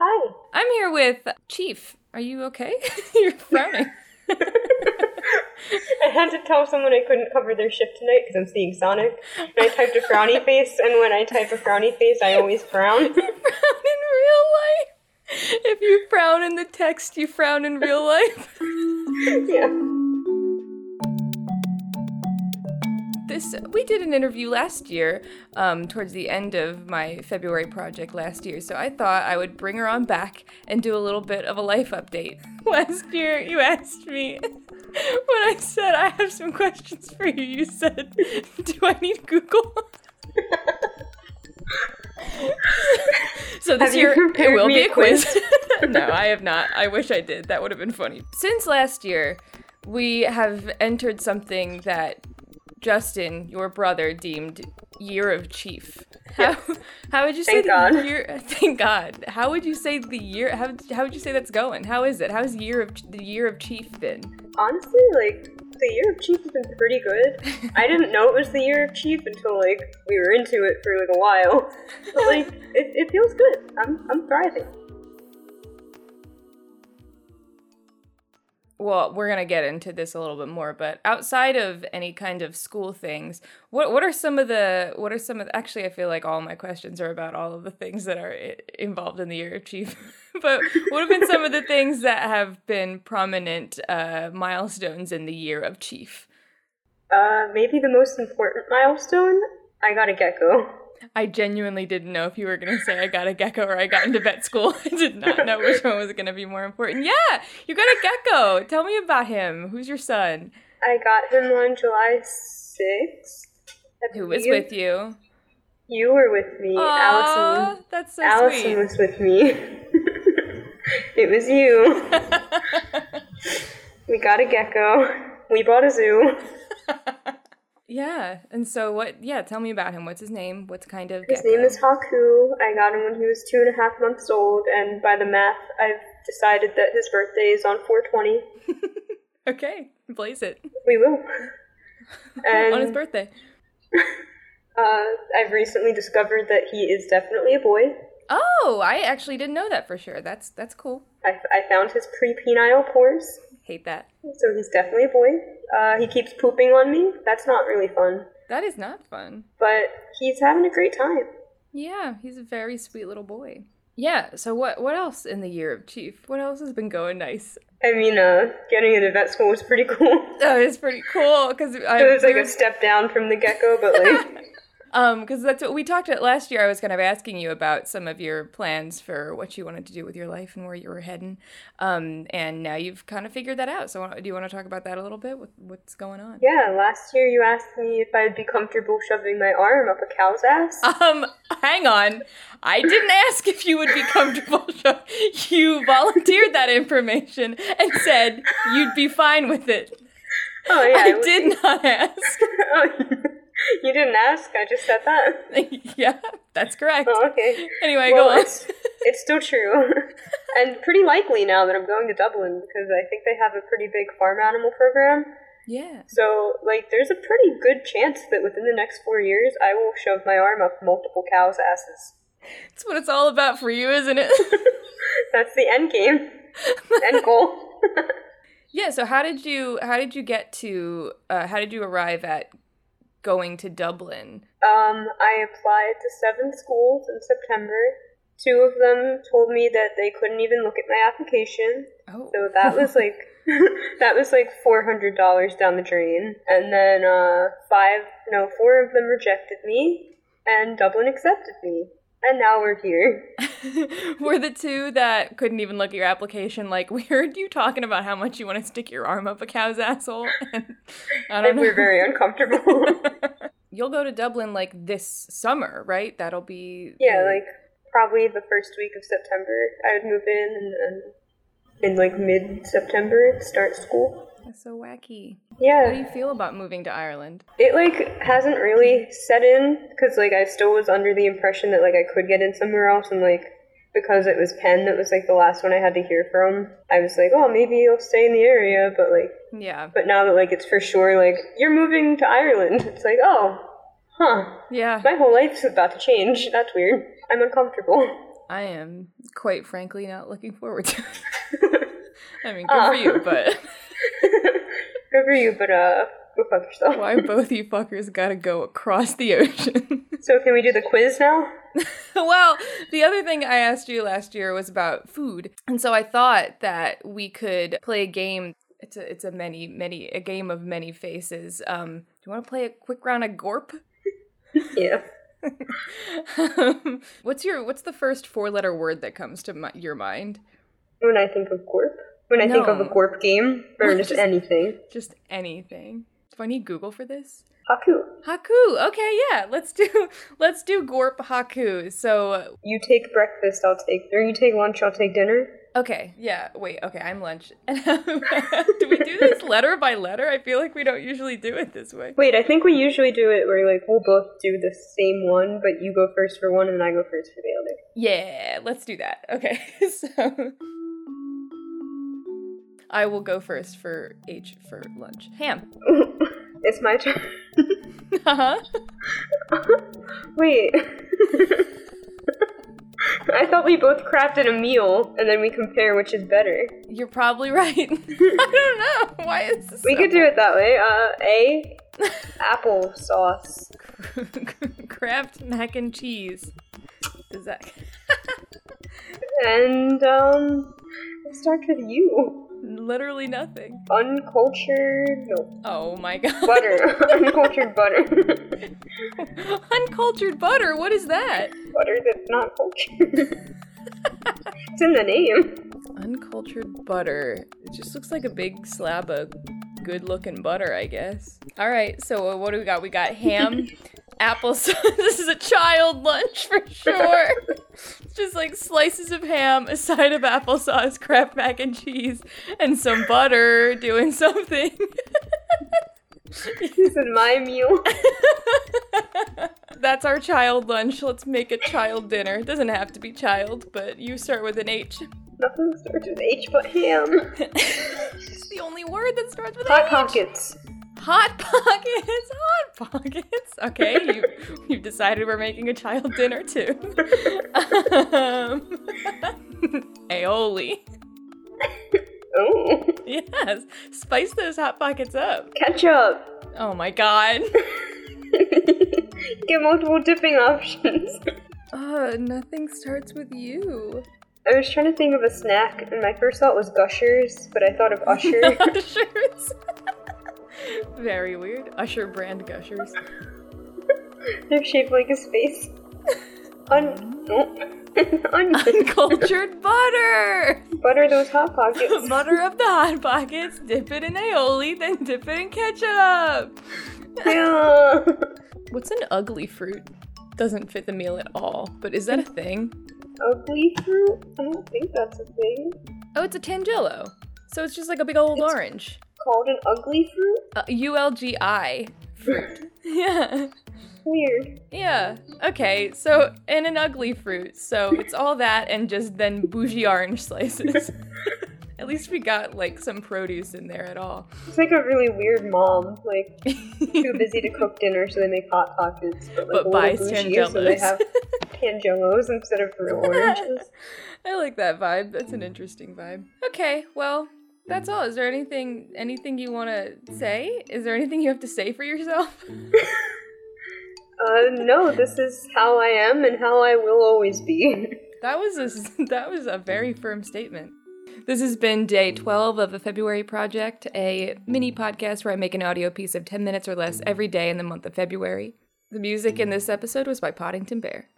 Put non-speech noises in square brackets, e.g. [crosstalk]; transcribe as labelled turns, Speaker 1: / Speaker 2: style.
Speaker 1: I'm here with Chief. Are you okay? [laughs] You're frowning.
Speaker 2: I had to tell someone I couldn't cover their shift tonight because I'm seeing Sonic. And I typed a frowny face, and when I type a frowny face, I always frown.
Speaker 1: frown in real life. If you frown in the text, you frown in real life.
Speaker 2: [laughs] yeah.
Speaker 1: This we did an interview last year, um, towards the end of my February project last year. So I thought I would bring her on back and do a little bit of a life update. [laughs] Last year, you asked me [laughs] when I said I have some questions for you. You said, "Do I need Google?" [laughs] so this
Speaker 2: Have you
Speaker 1: year it
Speaker 2: prepared
Speaker 1: will
Speaker 2: me
Speaker 1: be
Speaker 2: a
Speaker 1: a quiz. [laughs] no, I have not. I wish I did. That would have been funny. Since last year, we have entered something that Justin, your brother, deemed Year of Chief. How, [laughs] how would you say
Speaker 2: Thank
Speaker 1: the
Speaker 2: God.
Speaker 1: year? [laughs] Thank God. How would you say the year? How, how would you say that's going? How is it? How's Year of the Year of Chief been?
Speaker 2: Honestly, like, the year of Chief has been pretty good. I didn't know it was the year of Chief until, like, we were into it for, like, a while. But, like, it, it feels good. I'm, I'm thriving.
Speaker 1: Well, we're gonna get into this a little bit more, but outside of any kind of school things, what what are some of the what are some of the, actually? I feel like all my questions are about all of the things that are i- involved in the year of chief. [laughs] but what have been some of the things that have been prominent uh, milestones in the year of chief?
Speaker 2: Uh, maybe the most important milestone? I got a gecko.
Speaker 1: I genuinely didn't know if you were going to say I got a gecko or I got into vet school. [laughs] I did not know which one was going to be more important. Yeah, you got a gecko. Tell me about him. Who's your son?
Speaker 2: I got him on July 6th.
Speaker 1: Who was with you?
Speaker 2: You were with me. Allison.
Speaker 1: Aw, that's so
Speaker 2: Allison
Speaker 1: sweet.
Speaker 2: was with me. [laughs] it
Speaker 1: [laughs]
Speaker 2: was you. we got a gecko. We bought a zoo.
Speaker 1: yeah, and so what? Yeah, tell me about him. What's his name? What's kind of
Speaker 2: His
Speaker 1: gecko?
Speaker 2: name is Haku. I got him when he was two and a half months old, and by the math, I've decided that his birthday is on 420.
Speaker 1: okay. Blaze it
Speaker 2: We will.
Speaker 1: [laughs] on his
Speaker 2: And
Speaker 1: birthday.
Speaker 2: uh, I've recently discovered that he is definitely a boy.
Speaker 1: Oh, I actually didn't know that for sure. That's that's cool.
Speaker 2: I, I found his prepenile pores,
Speaker 1: Hate that.
Speaker 2: so he's definitely a boy. Uh, he keeps pooping on me. That's not really fun.
Speaker 1: That is not fun.
Speaker 2: but he's having a great time.
Speaker 1: Yeah, he's a very sweet little boy. Yeah, so what what else in the year of Chief? What else has been going [laughs] nice?
Speaker 2: I mean, uh, getting into vet school was pretty [laughs] cool.
Speaker 1: Oh, it's pretty cool because I
Speaker 2: It was like
Speaker 1: we
Speaker 2: a step down from the gecko, but like,
Speaker 1: [laughs] um because that's what we talked at last year. I was kind of asking you about some of your plans for what you wanted to do with your life and where you were heading, um and now you've kind of figured that out. So do you want to talk about that a little bit? What, what's going on?
Speaker 2: yeah, last year you asked me if I'd be comfortable shoving my arm up a
Speaker 1: [laughs]
Speaker 2: cow's
Speaker 1: [laughs]
Speaker 2: ass.
Speaker 1: Um, hang on. I didn't ask if you would be comfortable. [laughs] Sho- You volunteered that information and said you'd be fine with it.
Speaker 2: Oh, yeah.
Speaker 1: I
Speaker 2: was-
Speaker 1: did not ask.
Speaker 2: [laughs] Oh, [laughs] you didn't ask, I just said that. [laughs]
Speaker 1: yeah, that's correct.
Speaker 2: Oh, okay.
Speaker 1: Anyway,
Speaker 2: Well,
Speaker 1: go on.
Speaker 2: it's, it's still true. [laughs] and pretty likely now that I'm going to Dublin because I think they have a pretty big farm animal program.
Speaker 1: Yeah.
Speaker 2: So, like, there's a pretty good chance that within the next four years, I will shove my arm up multiple cows' asses.
Speaker 1: That's what it's all about for you, isn't
Speaker 2: [laughs]
Speaker 1: it?
Speaker 2: That's the end
Speaker 1: [laughs]
Speaker 2: game, end goal.
Speaker 1: yeah, so how did you how did you get to uh, how did you arrive at going to Dublin?
Speaker 2: um, I applied to seven schools in September. Two of them told me that they couldn't even look at my application.
Speaker 1: Oh.
Speaker 2: So that was like [laughs] that was like four hundred dollars down the drain. And then uh, five, no, four of them rejected me, and Dublin accepted me. And now we're here.
Speaker 1: [laughs] Were the two that couldn't even look at your application like [laughs] we heard you talking about how much you want to stick your arm up a cow's asshole? [laughs] And I don't
Speaker 2: And
Speaker 1: know.
Speaker 2: we're very
Speaker 1: [laughs]
Speaker 2: uncomfortable.
Speaker 1: You'll go to Dublin like this summer, right? That'll be
Speaker 2: Yeah, like probably the first week of September, I would move in, and then in like mid September, start school.
Speaker 1: That's so wacky. How do
Speaker 2: Yeah,
Speaker 1: you feel about moving to Ireland?
Speaker 2: it like hasn't really set in because like I still was under the impression that like I could get in somewhere else, and like because it was Penn that was like the last one I had to hear from, I was like, oh, maybe you'll stay in the area, but like,
Speaker 1: Yeah.
Speaker 2: but now that like it's for sure, like you're moving to Ireland, [laughs] it's like, oh, huh,
Speaker 1: Yeah.
Speaker 2: my whole life's about to change. That's weird. I'm uncomfortable. [laughs]
Speaker 1: I am quite frankly not looking forward to. it. [laughs] I mean, good for you, but [laughs]
Speaker 2: Good for you, but uh, go fuck yourself.
Speaker 1: why both you fuckers gotta go across the ocean?
Speaker 2: [laughs]
Speaker 1: [laughs]
Speaker 2: So can we do the quiz now?
Speaker 1: well, the other thing I asked you last year was about food. And so I thought that we could play a game. It's a, it's a many, many, a game of many faces. Um, do you want to play a quick round of Gorp? [laughs]
Speaker 2: Yeah.
Speaker 1: what's your what's the first four letter word that comes to my, your mind?
Speaker 2: When I think of Gorp, when I think of a
Speaker 1: No.
Speaker 2: Gorp game, or just
Speaker 1: Just-
Speaker 2: anything,
Speaker 1: Just anything. Do I need Google for this?
Speaker 2: Haku,
Speaker 1: Haku. Okay, yeah. Let's do [laughs] let's do Gorp Haku. So
Speaker 2: you take breakfast, I'll take, or you take lunch, I'll take dinner.
Speaker 1: Okay, yeah, wait, okay, I'm lunch. [laughs] do we do this letter by letter? I feel like we don't usually do it this way.
Speaker 2: Wait, I think we usually do it where like we'll both do the same one, but you go first for one and I go first for the other.
Speaker 1: Yeah, let's do that. Okay, [laughs] so. I will go first for H for lunch. Ham.
Speaker 2: It's my turn. [laughs]
Speaker 1: Uh-huh.
Speaker 2: [laughs] Wait. I thought we both crafted a meal and then we compare which is better.
Speaker 1: You're probably right. [laughs] I don't know. Why is this?
Speaker 2: We
Speaker 1: so
Speaker 2: could do it that way. Uh, A, [laughs] apple sauce.
Speaker 1: [laughs] Kraft mac and cheese. Does that. [laughs]
Speaker 2: And, um, it starts with you.
Speaker 1: Literally nothing.
Speaker 2: Uncultured, no,
Speaker 1: Oh my god.
Speaker 2: butter. Uncultured butter.
Speaker 1: [laughs] Uncultured butter. What is that?
Speaker 2: butter that's not cultured. it's in the name.
Speaker 1: Uncultured butter. It just looks like a big slab of good looking butter, I guess. All right, so uh, what do we got? We got ham, applesauce. [laughs] this is a child lunch for sure. It's just like slices of ham, a side of applesauce, Kraft mac and cheese, and some butter doing something. [laughs]
Speaker 2: This is my meal.
Speaker 1: That's our child lunch. Let's make a child dinner. It doesn't have to be child, but you start with an H.
Speaker 2: Nothing starts with H but ham.
Speaker 1: It's the only word that starts with an
Speaker 2: Hot
Speaker 1: H.
Speaker 2: pockets.
Speaker 1: Hot pockets, hot pockets. Okay, you you've decided we're making a child dinner too. Um, [laughs] aioli.
Speaker 2: Oh,
Speaker 1: Yes, spice those hot pockets up.
Speaker 2: ketchup. [laughs]
Speaker 1: Oh my god.
Speaker 2: Get multiple dipping options.
Speaker 1: Uh, nothing starts with [laughs] you.
Speaker 2: I was trying to think of a snack, and my first thought was Gushers, but I thought of Usher.
Speaker 1: Gushers. Very weird. Usher brand [laughs] gushers.
Speaker 2: They're shaped like his
Speaker 1: [laughs]
Speaker 2: face. Un. Nope. [laughs] Onion.
Speaker 1: Uncultured butter.
Speaker 2: Butter those hot
Speaker 1: [laughs]
Speaker 2: pockets.
Speaker 1: Butter up the hot pockets. Dip it in aioli, then dip it in ketchup.
Speaker 2: Yeah.
Speaker 1: What's an ugly fruit? Doesn't fit the meal at all, but is that a thing?
Speaker 2: Ugly fruit? I don't think that's a thing.
Speaker 1: Oh, it's a tangelo. So it's just like a big old
Speaker 2: It's-
Speaker 1: orange.
Speaker 2: Called an ugly fruit?
Speaker 1: Uh, ULGI fruit. [laughs] yeah.
Speaker 2: Weird.
Speaker 1: Yeah. Okay, so, and an ugly fruit. So it's all that and just then bougie orange [laughs] slices. at least we got like some produce in there at all.
Speaker 2: It's like a really weird mom. Like,
Speaker 1: [laughs]
Speaker 2: too busy to cook dinner, so they make hot pockets. But, like,
Speaker 1: But
Speaker 2: a little
Speaker 1: buys
Speaker 2: bougier, so they
Speaker 1: Tangelos.
Speaker 2: have
Speaker 1: [laughs]
Speaker 2: tangelos instead of real oranges.
Speaker 1: I like that vibe. That's an interesting vibe. Okay, well, that's all. Is there anything anything you want to say? Is there anything you have to say for yourself? [laughs]
Speaker 2: Uh, no, this is how I am and how I will always be. [laughs]
Speaker 1: That was a s- [laughs] that was a very firm statement. This has been day 12 of a February project, a mini podcast where I make an audio piece of 10 minutes or less every day in the month of February. The music in this episode was by Poddington Bear.